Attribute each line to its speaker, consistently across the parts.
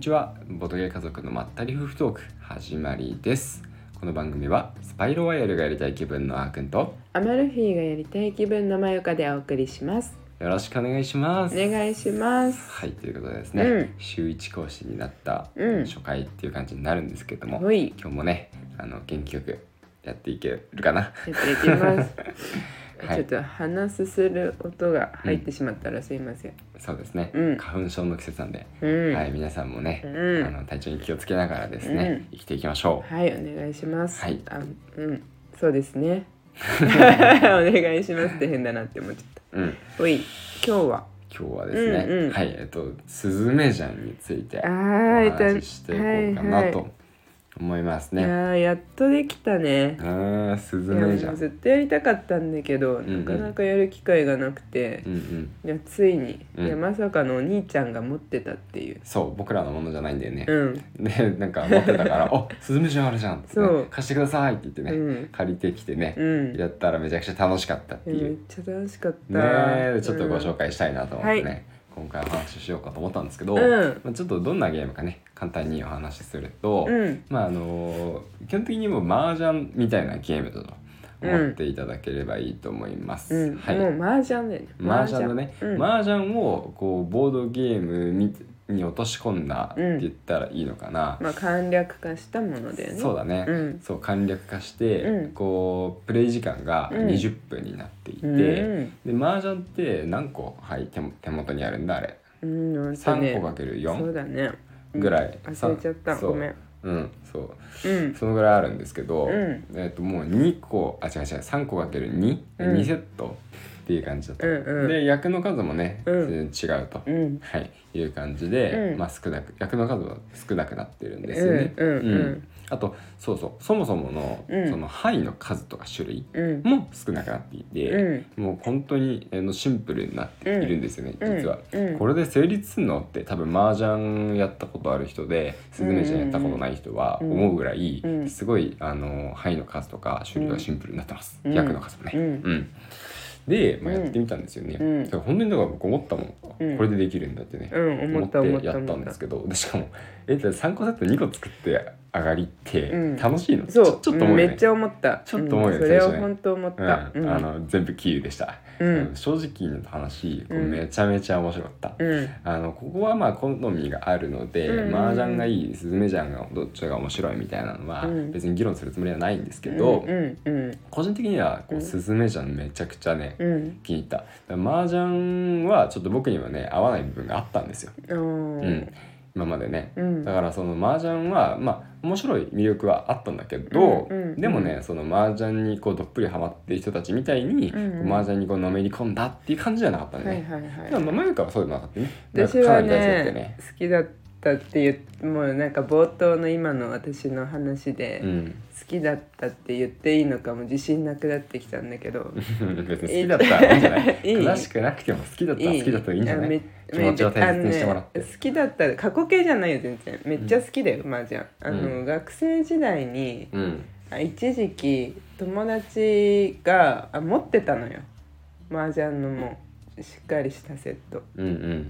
Speaker 1: ちはボドゲ家族のまったり夫婦トーク始まりですこの番組はスパイロワイヤルがやりたい気分のあーくんと
Speaker 2: アマルフィがやりたい気分のまゆかでお送りします。
Speaker 1: よろしくお願いしま
Speaker 2: お
Speaker 1: す
Speaker 2: 願いします。
Speaker 1: はいということでですね、
Speaker 2: うん
Speaker 1: 週一更新になった
Speaker 2: うん
Speaker 1: 初回っていう感じになるんですけども、
Speaker 2: ほい、
Speaker 1: 今日もねあの元気よくやっていけるかな
Speaker 2: やっていきます。
Speaker 1: はい
Speaker 2: ちょっと鼻すする音が入ってしまったらすいません。
Speaker 1: そうですね、
Speaker 2: うん
Speaker 1: 花粉症の季節なんで、
Speaker 2: うん、
Speaker 1: はい皆さんもね、
Speaker 2: うん
Speaker 1: あの体調に気をつけながらですね、生きていきましょう
Speaker 2: はい、お願いします。
Speaker 1: はい
Speaker 2: あ、うん、そうです ね。お願いしますって変だなって思っちゃっ
Speaker 1: うん、
Speaker 2: た。ほい、今日は。
Speaker 1: 今日はですね、
Speaker 2: うんうん
Speaker 1: はいえっとスズメジャンについて
Speaker 2: あ
Speaker 1: お
Speaker 2: ーいた
Speaker 1: 話ししていこうかな
Speaker 2: は
Speaker 1: と思います
Speaker 2: いはい、い
Speaker 1: ね。
Speaker 2: やーやっとできたね
Speaker 1: あ。ース
Speaker 2: い
Speaker 1: ズ
Speaker 2: やも
Speaker 1: メ
Speaker 2: う
Speaker 1: ジャン、
Speaker 2: ずっとやりたかったんだけど、
Speaker 1: んうん
Speaker 2: なかなかやる機会がなくて、
Speaker 1: うんうん、
Speaker 2: いやついに、
Speaker 1: うん
Speaker 2: いやまさかのお兄ちゃんが持ってたっていう
Speaker 1: そう僕らのものじゃないんだよね。
Speaker 2: うん
Speaker 1: でなんか持ってた から「あスズメジャンあるじゃん」って、ね
Speaker 2: そう
Speaker 1: 貸してください」って言ってね、
Speaker 2: うん
Speaker 1: 借りてきてね、
Speaker 2: うんいや
Speaker 1: やったらめちゃくちゃ楽しかったってい
Speaker 2: めっ
Speaker 1: う、
Speaker 2: ちゃ楽しかった
Speaker 1: ねえちょっとご紹介したいなと思ってね、
Speaker 2: うんは
Speaker 1: 今回お話ししようかと思ったんですけど、
Speaker 2: うん
Speaker 1: まあ、ちょっとどんなゲームかね簡単にお話しすると、
Speaker 2: うん
Speaker 1: まああの基本的にもう麻雀みたいなゲームだと思っていただければいいと思います。
Speaker 2: うん、
Speaker 1: はい、
Speaker 2: もう麻雀だよね
Speaker 1: 麻雀のね、
Speaker 2: うん
Speaker 1: 麻雀をこうボードゲームにに落とし込んだって言ったらいいのかな。
Speaker 2: まあ簡略化したものだよね
Speaker 1: そうだね、
Speaker 2: うん
Speaker 1: そう簡略化して、
Speaker 2: うん
Speaker 1: こうプレイ時間が
Speaker 2: うん
Speaker 1: 20分になっていて、で麻雀って何個、はい、手も手元にあるんだあれ
Speaker 2: うん、うん、
Speaker 1: 3個
Speaker 2: が
Speaker 1: かける
Speaker 2: そう
Speaker 1: 4
Speaker 2: だね
Speaker 1: ぐらい、
Speaker 2: 忘れちゃった
Speaker 1: そう
Speaker 2: ごめん
Speaker 1: うんそう
Speaker 2: うん
Speaker 1: そのぐらいあるんですけど、
Speaker 2: うん
Speaker 1: えっともう2個あ違う違う3個かける2、
Speaker 2: うん
Speaker 1: 2セットっていう感じだった、
Speaker 2: うんうん
Speaker 1: で役の数もね、
Speaker 2: うん
Speaker 1: 全然違うと、
Speaker 2: うん
Speaker 1: はい、いう感じで、
Speaker 2: うん
Speaker 1: まあ、少なく役の数は少なくなってるんですよね。
Speaker 2: うんうんうん
Speaker 1: あとそうそうそもそもの,、
Speaker 2: うん
Speaker 1: その範囲の数とか種類
Speaker 2: うん
Speaker 1: も少なくなっていて、
Speaker 2: うん
Speaker 1: もう本当にあのシンプルになっているんですよね、
Speaker 2: うん
Speaker 1: 実は、
Speaker 2: うん
Speaker 1: これで成立するのって多分麻雀やったことある人でスズメちゃんやったことない人は
Speaker 2: うん
Speaker 1: 思うぐらい、
Speaker 2: うん
Speaker 1: すごいあの範囲の数とか種類がシンプルになってます、
Speaker 2: うん
Speaker 1: 役の数もね。
Speaker 2: う
Speaker 1: うんんで、まあ、
Speaker 2: うん
Speaker 1: やってみたんですよね。
Speaker 2: うん
Speaker 1: だから本当にだから僕思ったもん、
Speaker 2: うん
Speaker 1: これでできるんだってね、
Speaker 2: うん思った
Speaker 1: 思
Speaker 2: 思
Speaker 1: っ
Speaker 2: ってた
Speaker 1: やったんですけどでしかもえだって3個セット2個作って上がりって
Speaker 2: うん
Speaker 1: 楽しいの、ち
Speaker 2: そ
Speaker 1: ょ
Speaker 2: う
Speaker 1: ちょっと思うよ
Speaker 2: め
Speaker 1: ね
Speaker 2: っち。ゃ思った
Speaker 1: ちょっと思うよね
Speaker 2: んそれ
Speaker 1: 最
Speaker 2: を
Speaker 1: 初ね
Speaker 2: 本当思っ
Speaker 1: うん
Speaker 2: たうん
Speaker 1: あの全部キーでした、
Speaker 2: うん
Speaker 1: あの正直な話こう
Speaker 2: うん
Speaker 1: めちゃめちゃ面白かった、
Speaker 2: うん
Speaker 1: あのここはまあ好みがあるので、
Speaker 2: うんうん
Speaker 1: 麻雀がいいスズメジャンがどっちが面白いみたいなのは
Speaker 2: うん
Speaker 1: 別に議論するつもりはないんですけど、
Speaker 2: うんうん
Speaker 1: 個人的にはこ
Speaker 2: う
Speaker 1: うんスズメジャンめちゃくちゃね、
Speaker 2: うん
Speaker 1: 気に入っただから麻雀はちょっと僕にはね合わない部分があったんですよ、
Speaker 2: うん
Speaker 1: う
Speaker 2: あー
Speaker 1: ん、今までね、
Speaker 2: うん
Speaker 1: だからその麻雀はまあ面白い魅力はあったんだけど、
Speaker 2: うんうん
Speaker 1: でもねその麻雀にこうどっぷりハマってる人たちみたいに、
Speaker 2: うんうん
Speaker 1: こう麻雀にこうのめり込んだっていう感じじゃなかったのね。
Speaker 2: はいはいはい
Speaker 1: でもまあ前からはそうでもなかったね。
Speaker 2: 私
Speaker 1: な
Speaker 2: は
Speaker 1: んかかなり大事だった
Speaker 2: ね
Speaker 1: よね。
Speaker 2: 好きだったっていうもうなんか冒頭の今の私の話で、
Speaker 1: うん。
Speaker 2: 好きだったって言っていいのかも自信なくなってきたんだ けど
Speaker 1: 別に好きだったらいいんじゃない。
Speaker 2: いい
Speaker 1: 詳しくなくても好きだったら好きだったらいいんじゃない。
Speaker 2: あめ
Speaker 1: 気持ちを大切にしてもらって
Speaker 2: あのね好きだったら過去形じゃないよ全然めっちゃ好きだよ、麻雀あの、
Speaker 1: う
Speaker 2: 学生時代に
Speaker 1: うん。
Speaker 2: あ一時期友達があ持ってたのよ麻雀のもうしっかりしたセット
Speaker 1: うん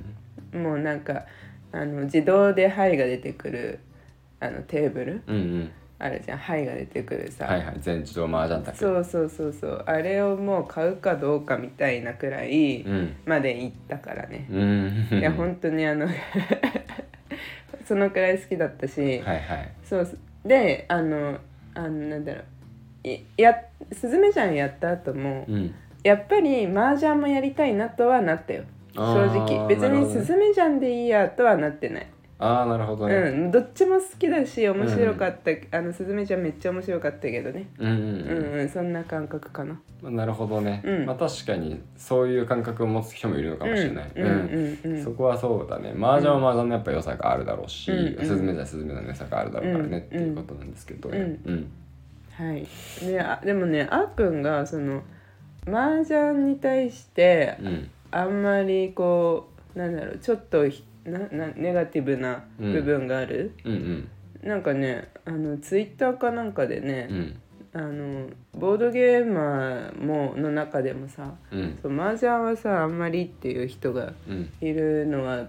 Speaker 1: うん。
Speaker 2: もうなんかあの自動で牌が出てくるあのテーブル
Speaker 1: うんうん。
Speaker 2: あるじゃん牌が出てくるさ、
Speaker 1: はいはい。全自動麻雀卓。
Speaker 2: そうそうそうそうあれをもう買うかどうかみたいなくらい
Speaker 1: うん。
Speaker 2: まで行ったからね、
Speaker 1: うん。
Speaker 2: いや本当にあの そのくらい好きだったし、
Speaker 1: はいはい。
Speaker 2: そうであのあのなんだろういやスズメちゃんやった後も、
Speaker 1: うん。
Speaker 2: やっぱり麻雀もやりたいなとはなったよ
Speaker 1: あ
Speaker 2: 正
Speaker 1: ー
Speaker 2: 直別
Speaker 1: なるほ
Speaker 2: に
Speaker 1: ど
Speaker 2: ス
Speaker 1: ね
Speaker 2: ズメちゃんでいいやとはなってない
Speaker 1: ああなるほどね。
Speaker 2: うん、どっちも好きだし面白かった、あのすずめちゃんめっちゃ面白かったけどね
Speaker 1: うんうん
Speaker 2: うん
Speaker 1: う。
Speaker 2: うんん、そんな感覚かな
Speaker 1: まあなるほどね、
Speaker 2: うん
Speaker 1: まあ確かにそういう感覚を持つ人もいるのかもしれない、
Speaker 2: うんうんうんうん
Speaker 1: そこはそうだね麻雀は麻雀のやっぱ良さがあるだろうし、
Speaker 2: うんうん
Speaker 1: スズメじゃスズメの良さがあるだろうからね、
Speaker 2: う
Speaker 1: っ
Speaker 2: ん
Speaker 1: ていうことなんですけどね
Speaker 2: う
Speaker 1: うん
Speaker 2: はいであでもねあーくんがその麻雀に対して
Speaker 1: うん
Speaker 2: あんまりこうなんだろうちょっとひななネガティブな部分がある、
Speaker 1: うんうん
Speaker 2: なんかねあのツイッターかなんかでね、
Speaker 1: うん
Speaker 2: あのボードゲーマーもの中でもさ
Speaker 1: うん
Speaker 2: そう麻雀はさあんまりっていう人が
Speaker 1: うん
Speaker 2: いるのは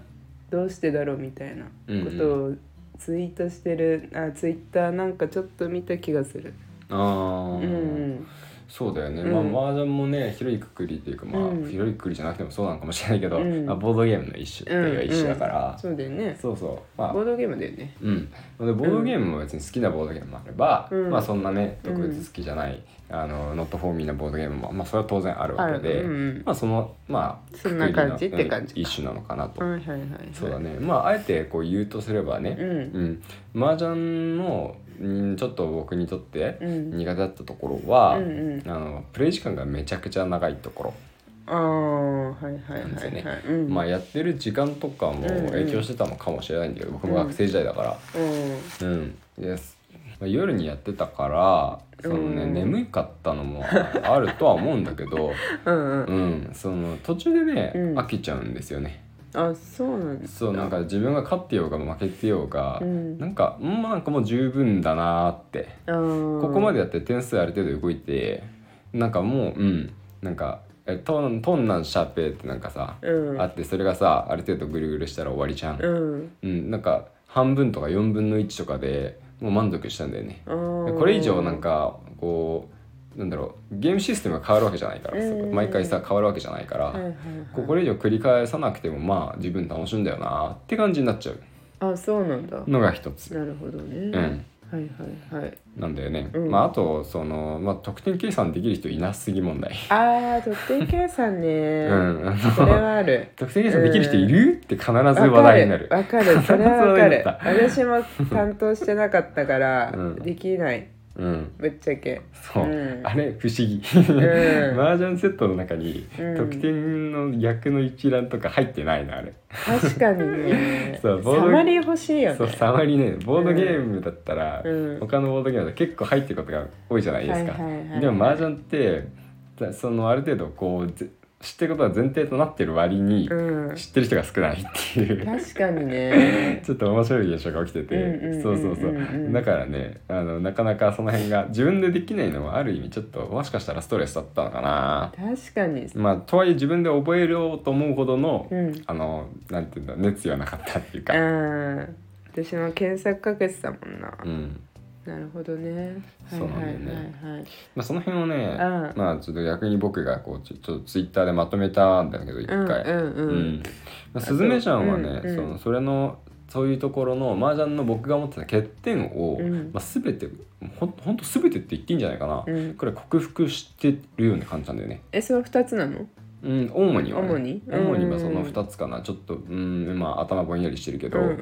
Speaker 2: どうしてだろうみたいなこ
Speaker 1: うんうん
Speaker 2: とをツイートしてる、あツイッターなんかちょっと見た気がする。
Speaker 1: あ
Speaker 2: う
Speaker 1: ー
Speaker 2: んうん
Speaker 1: そうだよね、
Speaker 2: うん
Speaker 1: まあ麻雀もね広いくくりというかまあ、
Speaker 2: うん
Speaker 1: 広いくくりじゃなくてもそうなのかもしれないけど、
Speaker 2: うん
Speaker 1: まあ、ボードゲームの一種っていうか一種だから、
Speaker 2: そうだよね。
Speaker 1: そうそうまあ
Speaker 2: ボードゲームだよね。
Speaker 1: うん、でボードゲームも別に好きなボードゲームもあれば、
Speaker 2: うん
Speaker 1: まあそんなね特別好きじゃない、あのノットフォーミーなボードゲームも、まあ、それは当然あるわけで、
Speaker 2: あるうんうん
Speaker 1: まあそのまあ
Speaker 2: そんな感じ
Speaker 1: くくりの
Speaker 2: って感じ
Speaker 1: う
Speaker 2: か
Speaker 1: ん一種なのかなと、
Speaker 2: はいはいはいはい。
Speaker 1: そうだねまああえてこう言うとすれば
Speaker 2: う
Speaker 1: ね、
Speaker 2: ん
Speaker 1: うん麻雀のうんちょっと僕にとって
Speaker 2: うん
Speaker 1: 苦手だったところは、
Speaker 2: うんうん
Speaker 1: あのプレイ時間がめちゃくちゃ長いところ、
Speaker 2: あ
Speaker 1: なんで
Speaker 2: あはいはいは
Speaker 1: すよね
Speaker 2: いはい。うん
Speaker 1: まあやってる時間とかも影響してたのかもしれないんだけど、僕も学生時代だから。
Speaker 2: うん
Speaker 1: うん、ですまあ夜にやってたからそのね、
Speaker 2: うん
Speaker 1: 眠かったのもあるとは思うんだけ ど、
Speaker 2: うんう。
Speaker 1: うんん、その途中でね、
Speaker 2: うん
Speaker 1: 飽きちゃうんですよね。
Speaker 2: あそうなんです。
Speaker 1: そうなんか自分が勝ってようが負けてようが、
Speaker 2: うん
Speaker 1: なんかうんなんかもう十分だなーって、
Speaker 2: こ
Speaker 1: ここまでやって点数ある程度動いてなんかもううんなんかえトントンなんシャーペーってなんかさ、
Speaker 2: うん
Speaker 1: あってそれがさある程度ぐるぐるしたら終わりじゃん。
Speaker 2: うん
Speaker 1: うん、なんか半分とか4分の1とかでもう満足したんだよね。こ
Speaker 2: こ
Speaker 1: れ以上なんかこうなんだろうゲームシステムが変わるわけじゃないからさ
Speaker 2: うん
Speaker 1: 毎回さ変わるわけじゃないから、
Speaker 2: はいはいはい
Speaker 1: こうこれ以上繰り返さなくてもまあ自分楽しいんだよなって感じになっちゃう
Speaker 2: あそうなんだ。
Speaker 1: のが一つ。
Speaker 2: なるほどね。
Speaker 1: うん
Speaker 2: はいはいはい。
Speaker 1: なんだよね、
Speaker 2: うん
Speaker 1: まあ、あとその、まあ、得点計算できる人いなすぎ問題、
Speaker 2: ああ得点計算ね。
Speaker 1: うん、あの
Speaker 2: それはある。
Speaker 1: 得点計算できる人いる、って必ず
Speaker 2: わ
Speaker 1: 話
Speaker 2: か
Speaker 1: 題にな
Speaker 2: る
Speaker 1: る
Speaker 2: わかるそれ はわかる
Speaker 1: そう
Speaker 2: 私も担当してなかったから
Speaker 1: うん
Speaker 2: できない
Speaker 1: うん
Speaker 2: ぶっちゃ け
Speaker 1: そう、
Speaker 2: うん
Speaker 1: あれ不思議、
Speaker 2: ん
Speaker 1: 麻雀セットの中に
Speaker 2: うん
Speaker 1: 得点の役の一覧とか入ってないのあれ
Speaker 2: 確かにね
Speaker 1: そうボード
Speaker 2: サマリー欲しいよね
Speaker 1: そうサマリーねボードゲームだったら、
Speaker 2: うん
Speaker 1: 他のボードゲームだと結構入ってることが多いじゃないですか、
Speaker 2: はいはいはい
Speaker 1: でも麻雀ってだそのある程度こうぜ知ってることが前提となってる割に、
Speaker 2: うん
Speaker 1: 知ってる人が少ないっていう
Speaker 2: 確かにね
Speaker 1: ちょっと面白い現象が起きてて、
Speaker 2: うんうん
Speaker 1: そうそうそう、
Speaker 2: うんうん
Speaker 1: だからねあのなかなかその辺が自分でできないのはある意味ちょっともしかしたらストレスだったのかな
Speaker 2: 確かに
Speaker 1: まあとはいえ自分で覚えようと思うほどの、
Speaker 2: うん
Speaker 1: あのなんていうんだ熱意はなかったっていうか、
Speaker 2: うん私も検索かけてたもんな、
Speaker 1: うん
Speaker 2: なるほどねは
Speaker 1: そ
Speaker 2: い
Speaker 1: う
Speaker 2: は
Speaker 1: ないんだ
Speaker 2: は
Speaker 1: よね
Speaker 2: いはい
Speaker 1: まあ、その辺をね
Speaker 2: ああ
Speaker 1: まあちょっと逆に僕がこうちょちょっとツイッターでまとめたんだけど一
Speaker 2: うん
Speaker 1: 回、
Speaker 2: うんう
Speaker 1: うんんまあ、スズメちゃんはね、
Speaker 2: うんうん
Speaker 1: そのそれのそういうところの麻雀の僕が持ってた欠点を、
Speaker 2: うん
Speaker 1: まあ、全てほんほんと全てって言っていいんじゃないかな、
Speaker 2: うん
Speaker 1: これ克服してるような感じなんだよね。
Speaker 2: えそれ二つなの
Speaker 1: うん、主には、ね、
Speaker 2: 主に
Speaker 1: 主にはその
Speaker 2: うん
Speaker 1: 2つかなちょっとうんまあ頭ぼんやりしてるけ
Speaker 2: う
Speaker 1: ど、
Speaker 2: んうんう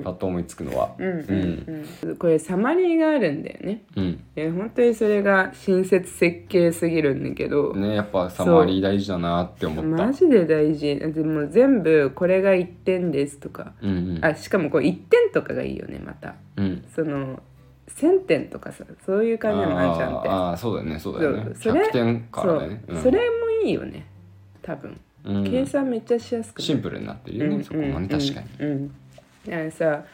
Speaker 2: ん
Speaker 1: パッと思いつくのは。
Speaker 2: うんうんうんこれサマリーがあるんだよね
Speaker 1: うん、
Speaker 2: え本当にそれが親切設計すぎるんだけど、
Speaker 1: ねやっぱサマリー大事だなって思った。
Speaker 2: マジで大事でも全部これが1点ですとか
Speaker 1: うんうん
Speaker 2: あしかもこう1点とかがいいよねまた
Speaker 1: うん
Speaker 2: その1,000点とかさそういう感じのマージャンって
Speaker 1: あーあーそうだよねそうだよね
Speaker 2: そうそれ
Speaker 1: 100点からだよね
Speaker 2: そう、
Speaker 1: うん
Speaker 2: それもいいよね多分、
Speaker 1: うん
Speaker 2: 計算めっちゃしやすくなる
Speaker 1: シンプルになってるよね、
Speaker 2: うん
Speaker 1: そこもね確かに
Speaker 2: うん、うんだからさ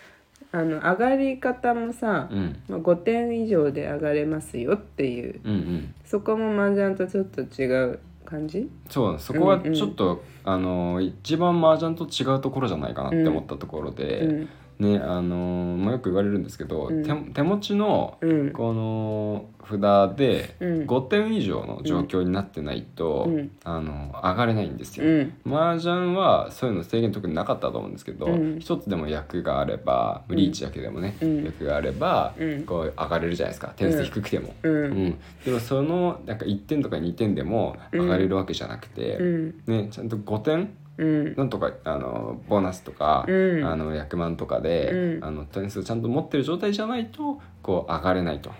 Speaker 2: あの上がり方もさ、
Speaker 1: うん
Speaker 2: まあ、5点以上で上がれますよっていう
Speaker 1: うんうん
Speaker 2: そこも麻雀とちょっと違う感じ
Speaker 1: そうそこはちょっと、あの一番麻雀と違うところじゃないかなって思ったところで、
Speaker 2: うん
Speaker 1: ねあのまあ、よく言われるんですけど、
Speaker 2: うん
Speaker 1: 手手持ちの
Speaker 2: うん
Speaker 1: この札で
Speaker 2: うん
Speaker 1: 5点以上の状況になってないと、
Speaker 2: うん
Speaker 1: あの上がれないんですよ。
Speaker 2: うん
Speaker 1: 麻雀はそういうの制限特になかったと思うんですけど、
Speaker 2: うん
Speaker 1: 一つでも役があればリーチだけでもね、
Speaker 2: うん
Speaker 1: 役があれば、
Speaker 2: うん
Speaker 1: こう上がれるじゃないですか点数低くても、
Speaker 2: う
Speaker 1: うんでもそのなんか1点とか2点でも上がれるわけじゃなくて、
Speaker 2: うん
Speaker 1: ね、ちゃんと5点
Speaker 2: うん
Speaker 1: なんとかあのボーナスとか、
Speaker 2: うん
Speaker 1: あの役満とかで、
Speaker 2: うん
Speaker 1: あの点数ちゃんと持ってる状態じゃないとこう上がれないと。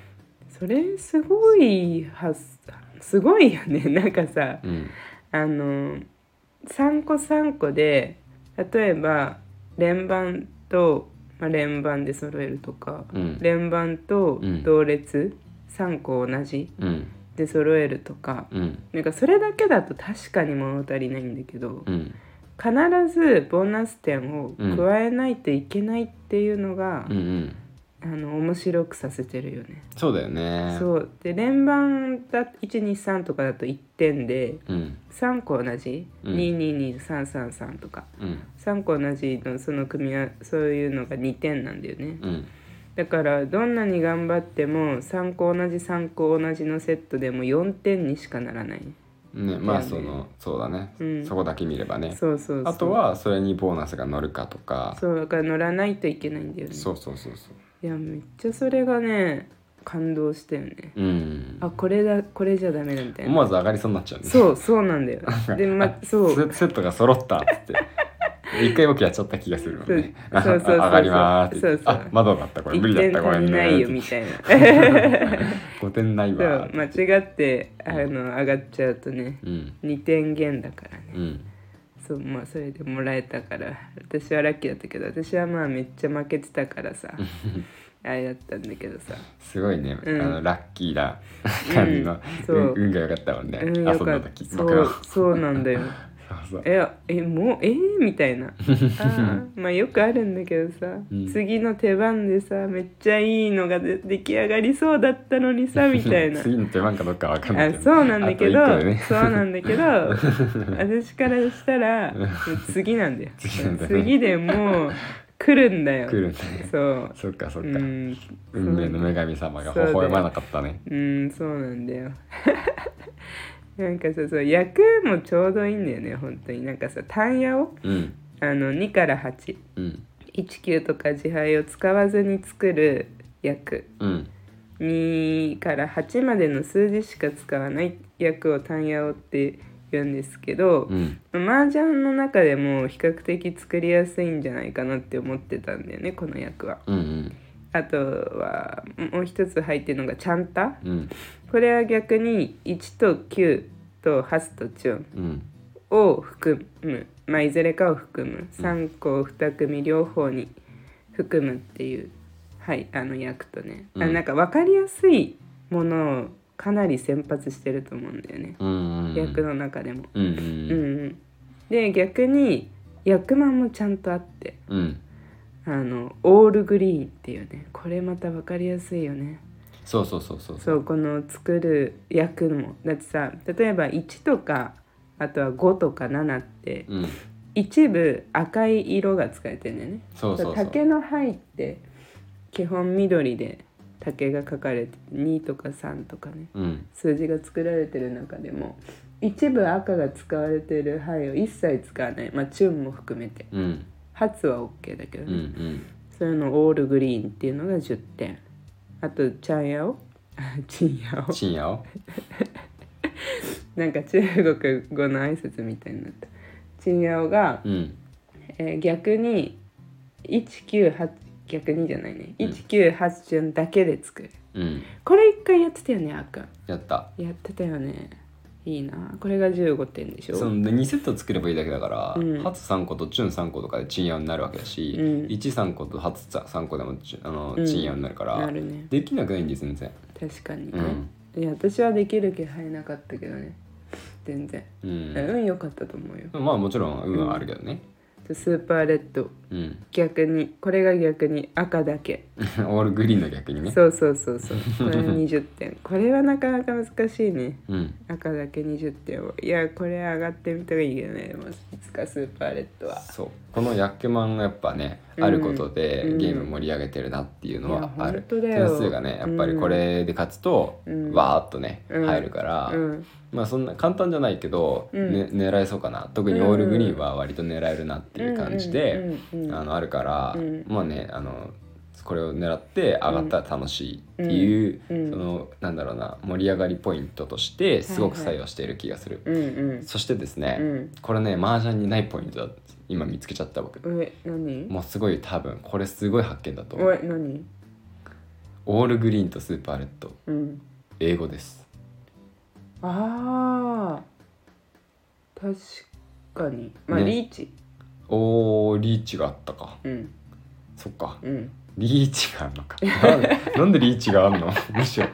Speaker 2: それすごいはすごいよね なんかさ
Speaker 1: うん
Speaker 2: あの3個3個で例えば連番と、まあ、連番で揃えるとか、
Speaker 1: うん
Speaker 2: 連番と
Speaker 1: うん
Speaker 2: 同列、3個同じ
Speaker 1: うん
Speaker 2: で揃えるとか
Speaker 1: うん
Speaker 2: なんかそれだけだと確かに物足りないんだけど
Speaker 1: うん
Speaker 2: 必ずボーナス点を加えないといけないっていうのが
Speaker 1: うんうん
Speaker 2: あの面白くさせてるよね。
Speaker 1: そうだよね
Speaker 2: そうで連番だ123とかだと1点で
Speaker 1: うん
Speaker 2: 3個同じ、
Speaker 1: うん
Speaker 2: 222333とか
Speaker 1: うん
Speaker 2: 3個同じのその組み合わそういうのが2点なんだよね。
Speaker 1: うん
Speaker 2: だからどんなに頑張っても3個同じ3個同じのセットでも4点にしかならない。
Speaker 1: ねまあそのそうだね、
Speaker 2: うん
Speaker 1: そこだけ見ればね
Speaker 2: そうそうそう
Speaker 1: あとはそれにボーナスが乗るかとか
Speaker 2: そうだから乗らないといけないんだよね。
Speaker 1: そうそうそうそう
Speaker 2: いやめっちゃそれがね感動したよね。
Speaker 1: うん
Speaker 2: あこれだこれじゃダメだみたい
Speaker 1: 思
Speaker 2: な。
Speaker 1: わず上がりそうになっちゃうね
Speaker 2: そうそうなんだよ。でま
Speaker 1: あ
Speaker 2: そう
Speaker 1: セセットが揃ったっつ って一回僕やっちゃった気がするのね
Speaker 2: そうそうそうそう
Speaker 1: あ上がりますって言って
Speaker 2: そうそう
Speaker 1: あ窓だったこれ無理
Speaker 2: 一
Speaker 1: だっ
Speaker 2: 点
Speaker 1: たごめ
Speaker 2: 足
Speaker 1: ん
Speaker 2: り
Speaker 1: ね
Speaker 2: ないよ
Speaker 1: って
Speaker 2: みたいな。
Speaker 1: 5点ない
Speaker 2: そ
Speaker 1: わ
Speaker 2: う間違ってあの上がっちゃうとね
Speaker 1: うん
Speaker 2: 2点減だからね。
Speaker 1: うん
Speaker 2: そうまあそれでもらえたから私はラッキーだったけど私はまあめっちゃ負けてたか らさあれだったんだけどさ
Speaker 1: すごいね、
Speaker 2: うん
Speaker 1: あのラッキーな感じの、
Speaker 2: そう
Speaker 1: うん運が良かったもんね、
Speaker 2: うん
Speaker 1: 遊ん
Speaker 2: よか
Speaker 1: だ
Speaker 2: っ
Speaker 1: 時
Speaker 2: たそ
Speaker 1: 僕は
Speaker 2: うそうなんだよ。
Speaker 1: そうそう
Speaker 2: ええもうえー、み たいなあーまあよくあるんだけどさ、
Speaker 1: うん
Speaker 2: 次の手番でさめっちゃいいのがで出来上がりそうだったのにさみたい な
Speaker 1: 次の手番かどうかわかんないけ
Speaker 2: あ
Speaker 1: ど
Speaker 2: そうなんだけど、
Speaker 1: あと一個でね
Speaker 2: そうなんだ けど私からしたらもう次なんだよ
Speaker 1: 次なんだね
Speaker 2: 次でもう来るんだよ
Speaker 1: 来るんだね
Speaker 2: そう
Speaker 1: そっかそっ
Speaker 2: う
Speaker 1: か、
Speaker 2: ん
Speaker 1: 運命の女神様が微笑まなかったね
Speaker 2: うんそうなんだよ なんかさそう役もちょうどいいんだよね本当になんかさ単野を
Speaker 1: うん
Speaker 2: あの2から8
Speaker 1: うん
Speaker 2: 19とか自敗を使わずに作る役
Speaker 1: うん
Speaker 2: 2から8までの数字しか使わない役を単野をって言うんですけど
Speaker 1: う、ん
Speaker 2: 麻雀の中でも比較的作りやすいんじゃないかなって思ってたんだよねこの役は。
Speaker 1: うんうん
Speaker 2: あとはもう一つ入ってるのが「ちゃんた
Speaker 1: うん」
Speaker 2: これは逆に1と9と8とチュン
Speaker 1: うん
Speaker 2: を含む、まあ、いずれかを含む3個2組両方に含むっていう、はい、あの役とね、あ
Speaker 1: うん
Speaker 2: なんか分かりやすいものをかなり先発してると思うんだよね、
Speaker 1: うん
Speaker 2: 役の中でも。
Speaker 1: うんう
Speaker 2: うん
Speaker 1: ん
Speaker 2: うん、で逆に役満もちゃんとあって
Speaker 1: うん
Speaker 2: あのオールグリーンっていうねこれまた分かりやすいよね。
Speaker 1: そうそうそうそう
Speaker 2: そうこの作る役もだってさ例えば1とかあとは5とか7って
Speaker 1: うん
Speaker 2: 一部赤い色が使えてんだよね
Speaker 1: そうそうそう
Speaker 2: 竹の灰って基本緑で竹が書かれて2とか3とかね
Speaker 1: うん
Speaker 2: 数字が作られてる中でも一部赤が使われてる灰を一切使わないまあチューンも含めて
Speaker 1: うん
Speaker 2: 初は OK だけど
Speaker 1: うんう
Speaker 2: ね、
Speaker 1: ん
Speaker 2: それのオールグリーンっていうのが10点あとチャンヤオチンヤオ
Speaker 1: 深夜を
Speaker 2: なんか中国語の挨拶みたいになったチンヤオが、
Speaker 1: うん
Speaker 2: えー逆に198逆にじゃないね198順だけで作る
Speaker 1: うん
Speaker 2: これ一回やってたよねあっくん
Speaker 1: やった
Speaker 2: やってたよねいいなこれが15点でしょ
Speaker 1: そので2セット作ればいいだけだから、
Speaker 2: うん
Speaker 1: ハツ3個とチュン3個とかでチンヤオになるわけだし、
Speaker 2: うん
Speaker 1: 一三13個とハツ3個でもチュンあの、
Speaker 2: うん
Speaker 1: チンヤオになるから
Speaker 2: なるね
Speaker 1: できなくないんです全然
Speaker 2: 確かに
Speaker 1: う
Speaker 2: ね、
Speaker 1: ん、
Speaker 2: いや私はできる気配なかったけどね全然、
Speaker 1: うん
Speaker 2: うん良かったと思うよ
Speaker 1: まあもちろん運はあるけどね
Speaker 2: スーパーレッド
Speaker 1: うん、
Speaker 2: 逆にこれが逆に赤だけ
Speaker 1: オールグリーンの逆にね
Speaker 2: そうそうそうそうこれ20点これはなかなか難しいね
Speaker 1: うん
Speaker 2: 赤だけ20点をいやこれ上がってみたらいいけどねでもいつかスーパーレッドは
Speaker 1: そうこの薬マンがやっぱね、
Speaker 2: うん
Speaker 1: あることで
Speaker 2: うん
Speaker 1: ゲーム盛り上げてるなっていうの
Speaker 2: いや
Speaker 1: はある
Speaker 2: 本当だよ
Speaker 1: 点数がねやっぱりこれで勝つと、
Speaker 2: うん
Speaker 1: わーっとね、
Speaker 2: うん
Speaker 1: 入るから、
Speaker 2: うん
Speaker 1: まあそんな簡単じゃないけど、
Speaker 2: うん
Speaker 1: ね、狙えそうかな特にオールグリーンは割と狙えるなっていう感じで、
Speaker 2: うんうんうんうん
Speaker 1: あのあるから、
Speaker 2: うん
Speaker 1: まあねあのこれを狙って上がったら楽しいっていう、
Speaker 2: うんうん
Speaker 1: そのなんだろうな盛り上がりポイントとしてすごく作用している気がする、
Speaker 2: うんうん
Speaker 1: そしてですね、
Speaker 2: うん
Speaker 1: これね麻雀にないポイントだ今見つけちゃった僕
Speaker 2: え何
Speaker 1: もうすごい多分これすごい発見だと思
Speaker 2: お
Speaker 1: う
Speaker 2: い何
Speaker 1: オールグリーンとスーパーレッド
Speaker 2: うん
Speaker 1: 英語です
Speaker 2: あー確かにまあ、
Speaker 1: ね
Speaker 2: リーチ
Speaker 1: おーリーチがあったか
Speaker 2: うん
Speaker 1: そっか
Speaker 2: うん
Speaker 1: リーチがあるのかなんなんでリーチがあるのむしろ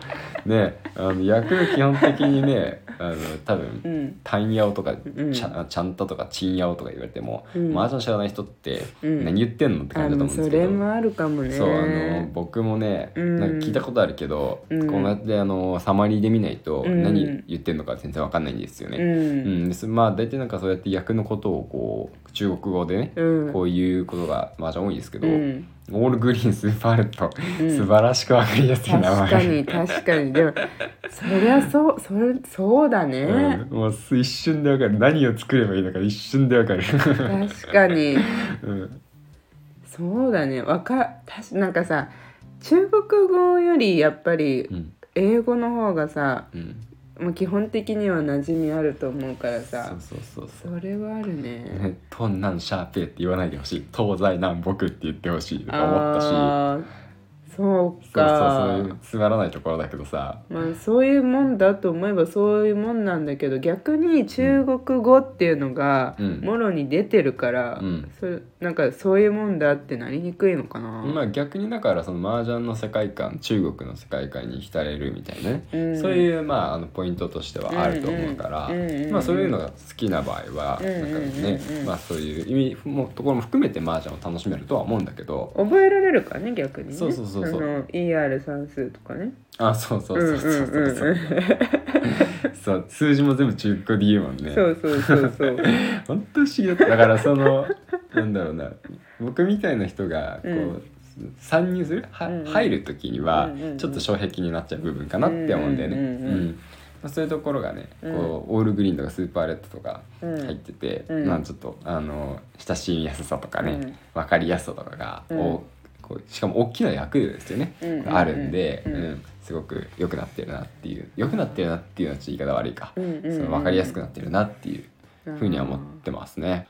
Speaker 1: ねあの役基本的にねあの多分
Speaker 2: うん
Speaker 1: 単ヤオとか、
Speaker 2: うん
Speaker 1: ちゃちゃんととかチンヤオとか言われても、
Speaker 2: うん
Speaker 1: 麻雀知らない人って
Speaker 2: うん
Speaker 1: 何言ってんのって
Speaker 2: あ
Speaker 1: 感じだと思う
Speaker 2: の
Speaker 1: んで
Speaker 2: そ
Speaker 1: すけど、
Speaker 2: れもあるかもね
Speaker 1: そうあの僕もね、
Speaker 2: うん
Speaker 1: なんか聞いたことあるけど、
Speaker 2: うん
Speaker 1: こうやってあのサマリーで見ないと
Speaker 2: うん
Speaker 1: 何言ってんのか全然わかんないんですよ
Speaker 2: う
Speaker 1: ね。うん
Speaker 2: ん
Speaker 1: でそまあ大体なんかそうやって役のことをこう中国語でね、
Speaker 2: うん
Speaker 1: こういうことが麻雀多いですけど、
Speaker 2: うん
Speaker 1: オールグリーンスーパーレット、
Speaker 2: うん
Speaker 1: 素晴らしくわかりやすい名前
Speaker 2: 確かに確かにでもそりゃそうそれそうだね、
Speaker 1: うん、もう一瞬でわかる何を作ればいいのか一瞬でわかる、
Speaker 2: 確か に
Speaker 1: うん、
Speaker 2: そうだねわかたしなんかさ中国語よりやっぱり
Speaker 1: うん
Speaker 2: 英語の方がさ
Speaker 1: うん
Speaker 2: もう基本的には馴染みあると思うからさ
Speaker 1: そうそうそう
Speaker 2: それはあ る
Speaker 1: そう
Speaker 2: ね
Speaker 1: ね東南シャーペって言わないでほしい東西南北って言ってほしいとか思ったし
Speaker 2: あーそう
Speaker 1: そう
Speaker 2: か
Speaker 1: そうそうつまらないところだけどさ
Speaker 2: まあ、そういうもんだと思えばそういうもんなんだけど逆に中国語っていうのが
Speaker 1: うん
Speaker 2: もろに出てるから、
Speaker 1: うん
Speaker 2: それなんかそういうもんだってなりにくいのかな、
Speaker 1: まあ逆にだからその麻雀の世界観中国の世界観に浸れるみたいなね、
Speaker 2: うん
Speaker 1: そういうまああのポイントとしてはあると思うから、
Speaker 2: うんうんうんうん
Speaker 1: まあそういうのが好きな場合は
Speaker 2: うんうんうんうん
Speaker 1: なんかね、まあそういう意味もところも含めて麻雀を楽しめるとは思うんだけど
Speaker 2: 覚えられるかね逆にね
Speaker 1: そうそうそうそう
Speaker 2: あの ER 算数とかね
Speaker 1: あそうそうそうそうそう
Speaker 2: うんうん
Speaker 1: そうそう数字も全部中国で言うもんね
Speaker 2: そうそうそうそう
Speaker 1: 本当不思議だっただからそのなんだろうな僕みたいな人がこう、
Speaker 2: うん
Speaker 1: 参入するは、
Speaker 2: うんうん
Speaker 1: 入る時には
Speaker 2: うんうんうん
Speaker 1: ちょっと障壁になっちゃう部分かなって思うんだよね、
Speaker 2: うんうんうんうん
Speaker 1: まあ、そういうところがねこう、
Speaker 2: うん
Speaker 1: オールグリーンとかスーパーレッドとか
Speaker 2: うん
Speaker 1: 入ってて、
Speaker 2: うん
Speaker 1: まあちょっとあの親しみやすさとかね、
Speaker 2: うん
Speaker 1: 分かりやすさとかが、
Speaker 2: うん
Speaker 1: おこうしかも大きな役ですよね、
Speaker 2: うんうんうん
Speaker 1: あるんで、
Speaker 2: うん
Speaker 1: うんすごく良くなってるなっていう良くなってるなっていうのはちょっと言い方悪いか、
Speaker 2: うんうんうん
Speaker 1: その分かりやすくなってるなっていう ふうには思ってますね。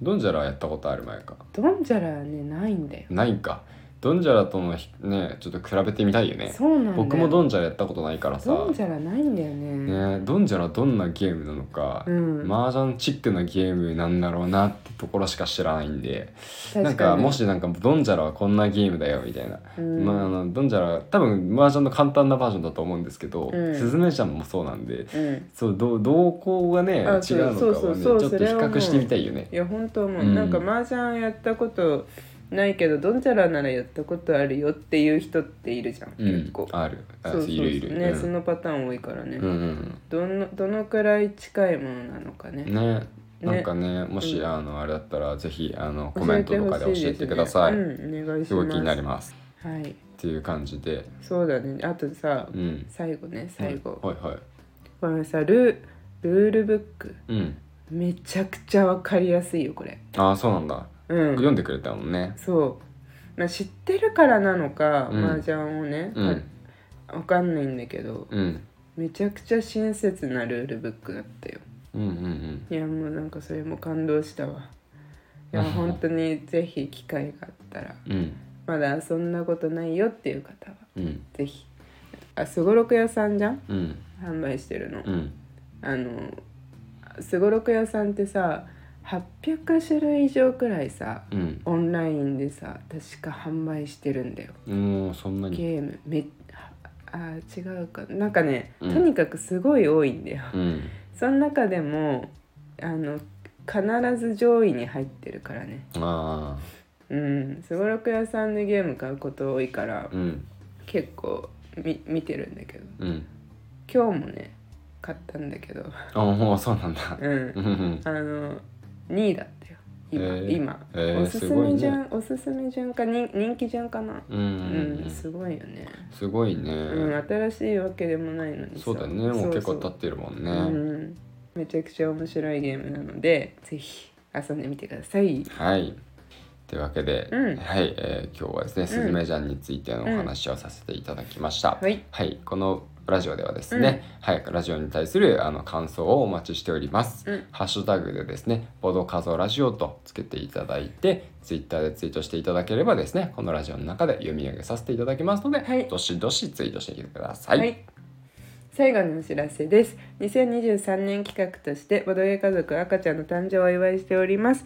Speaker 1: ドンジャラはやったことある前か
Speaker 2: ドンジャラはねないんだよ
Speaker 1: ないんかドンジャラとのひねちょっと比べてみたいよね
Speaker 2: そうなんだよ
Speaker 1: 僕もドンジャラやったことないからさ
Speaker 2: ドンジャラないんだよね
Speaker 1: ね、ドンジャラどんなゲームなのか、
Speaker 2: うん
Speaker 1: 麻雀チックなゲームなんだろうなってところしか知らないんで
Speaker 2: 確
Speaker 1: なんかもしなんかドンジャラはこんなゲームだよみたいな、
Speaker 2: うん
Speaker 1: まあ、あのドンジャラ多分麻雀の簡単なバージョンだと思うんですけど、
Speaker 2: うん
Speaker 1: スズメジャンもそうなんで
Speaker 2: うん
Speaker 1: そうどう動向がね違うの
Speaker 2: あ
Speaker 1: か
Speaker 2: そうそうそ
Speaker 1: は
Speaker 2: う
Speaker 1: ねち
Speaker 2: そ
Speaker 1: ょ
Speaker 2: う
Speaker 1: っと比
Speaker 2: それはもう
Speaker 1: 較してみたいよね
Speaker 2: い。や本当もう、
Speaker 1: うん
Speaker 2: なんか麻雀やったことないけどドンジャラならやったことあるよっていう人っているじゃん、
Speaker 1: うん
Speaker 2: 結構
Speaker 1: あるあ
Speaker 2: そうそうそう
Speaker 1: いるいる
Speaker 2: ね、
Speaker 1: うん
Speaker 2: そのパターン多いからね、
Speaker 1: うんうん
Speaker 2: どのどのくらい近いものなのか
Speaker 1: う
Speaker 2: ね
Speaker 1: んね
Speaker 2: ね
Speaker 1: なんかねもし、
Speaker 2: うん
Speaker 1: あのあれだったらぜひあの
Speaker 2: 教
Speaker 1: コメントとかで教
Speaker 2: ほしい
Speaker 1: え
Speaker 2: す
Speaker 1: て
Speaker 2: ね
Speaker 1: ください
Speaker 2: うん、お願いします
Speaker 1: すごい気になります
Speaker 2: はい
Speaker 1: っていう感じで
Speaker 2: そうだねあとさ、
Speaker 1: うん
Speaker 2: 最後ね最後、
Speaker 1: はいはい
Speaker 2: これさルルールブック
Speaker 1: うん
Speaker 2: めちゃくちゃわかりやすいよこれ
Speaker 1: ああそうなんだ、
Speaker 2: うん
Speaker 1: 読んでくれたもんね
Speaker 2: そう、まあ、知ってるからなのか、
Speaker 1: うん
Speaker 2: 麻雀をね、
Speaker 1: う
Speaker 2: わ
Speaker 1: ん
Speaker 2: わかんないんだけど
Speaker 1: うん
Speaker 2: めちゃくちゃ親切なルールブックだったよ
Speaker 1: うんうんうん
Speaker 2: いやもうなんかそれも感動したわ いや本当にぜひ機会があったら
Speaker 1: うん
Speaker 2: まだ遊んだことないよっていう方は
Speaker 1: うん
Speaker 2: ぜひあすごろく屋さんじゃん
Speaker 1: うん
Speaker 2: 販売してるの、
Speaker 1: うん
Speaker 2: あのすごろく屋さんってさ800種類以上くらいさ
Speaker 1: うん
Speaker 2: オンラインでさ確か販売してるんだよ
Speaker 1: もうそんなに
Speaker 2: ゲームめあ違うかなんかね、
Speaker 1: うん
Speaker 2: とにかくすごい多いんだよ、
Speaker 1: うん
Speaker 2: その中でもあの必ず上位に入ってるからね
Speaker 1: あ
Speaker 2: うんすごろく屋さんでゲーム買うこと多いから、
Speaker 1: あうん
Speaker 2: 結構み見てるんだけど
Speaker 1: うん
Speaker 2: 今日もね買ったんだけど
Speaker 1: あもうそうなんだ
Speaker 2: うん
Speaker 1: うんうん
Speaker 2: あの2位だったよ今、
Speaker 1: えー
Speaker 2: 今、
Speaker 1: えー
Speaker 2: おすす
Speaker 1: すごい
Speaker 2: め
Speaker 1: ね
Speaker 2: じゃん、おすすめじゃんか人人気じゃんかな
Speaker 1: うんうん
Speaker 2: うん、
Speaker 1: うん
Speaker 2: すごいよね、
Speaker 1: すごいね、
Speaker 2: うん、新しいわけでもないのにさ
Speaker 1: そうだねもう結構
Speaker 2: そ
Speaker 1: 経
Speaker 2: そ
Speaker 1: ってるもん
Speaker 2: う
Speaker 1: ね、
Speaker 2: ん、めちゃくちゃ面白いゲームなのでぜひ遊んでみてください
Speaker 1: はいというわけで、
Speaker 2: うん
Speaker 1: はい、えー今日はですね「すずめちゃん」についてのお話をさせていただきました、
Speaker 2: はい
Speaker 1: このラジオではですね、はいラジオに対するあの感想をお待ちしております、
Speaker 2: うん
Speaker 1: ハッシュタグでですね「ボドカゾラジオ」とつけていただいてツイッターでツイートしていただければですねこのラジオの中で読み上げさせていただきますので、
Speaker 2: はい
Speaker 1: どしどしツイートしてきてくださ、
Speaker 2: はい最後にお知らせです2023年企画としてボドゲ家族赤ちゃんの誕生をお祝いしております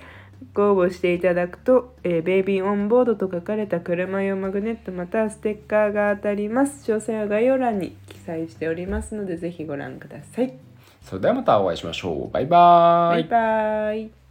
Speaker 2: ご応募していただくと、えーベイビーオンボードと書かれた車用マグネットまたはステッカーが当たります詳細は概要欄に記載しておりますのでぜひご覧ください
Speaker 1: それではまたお会いしましょう。バイバーイ。
Speaker 2: バイバイ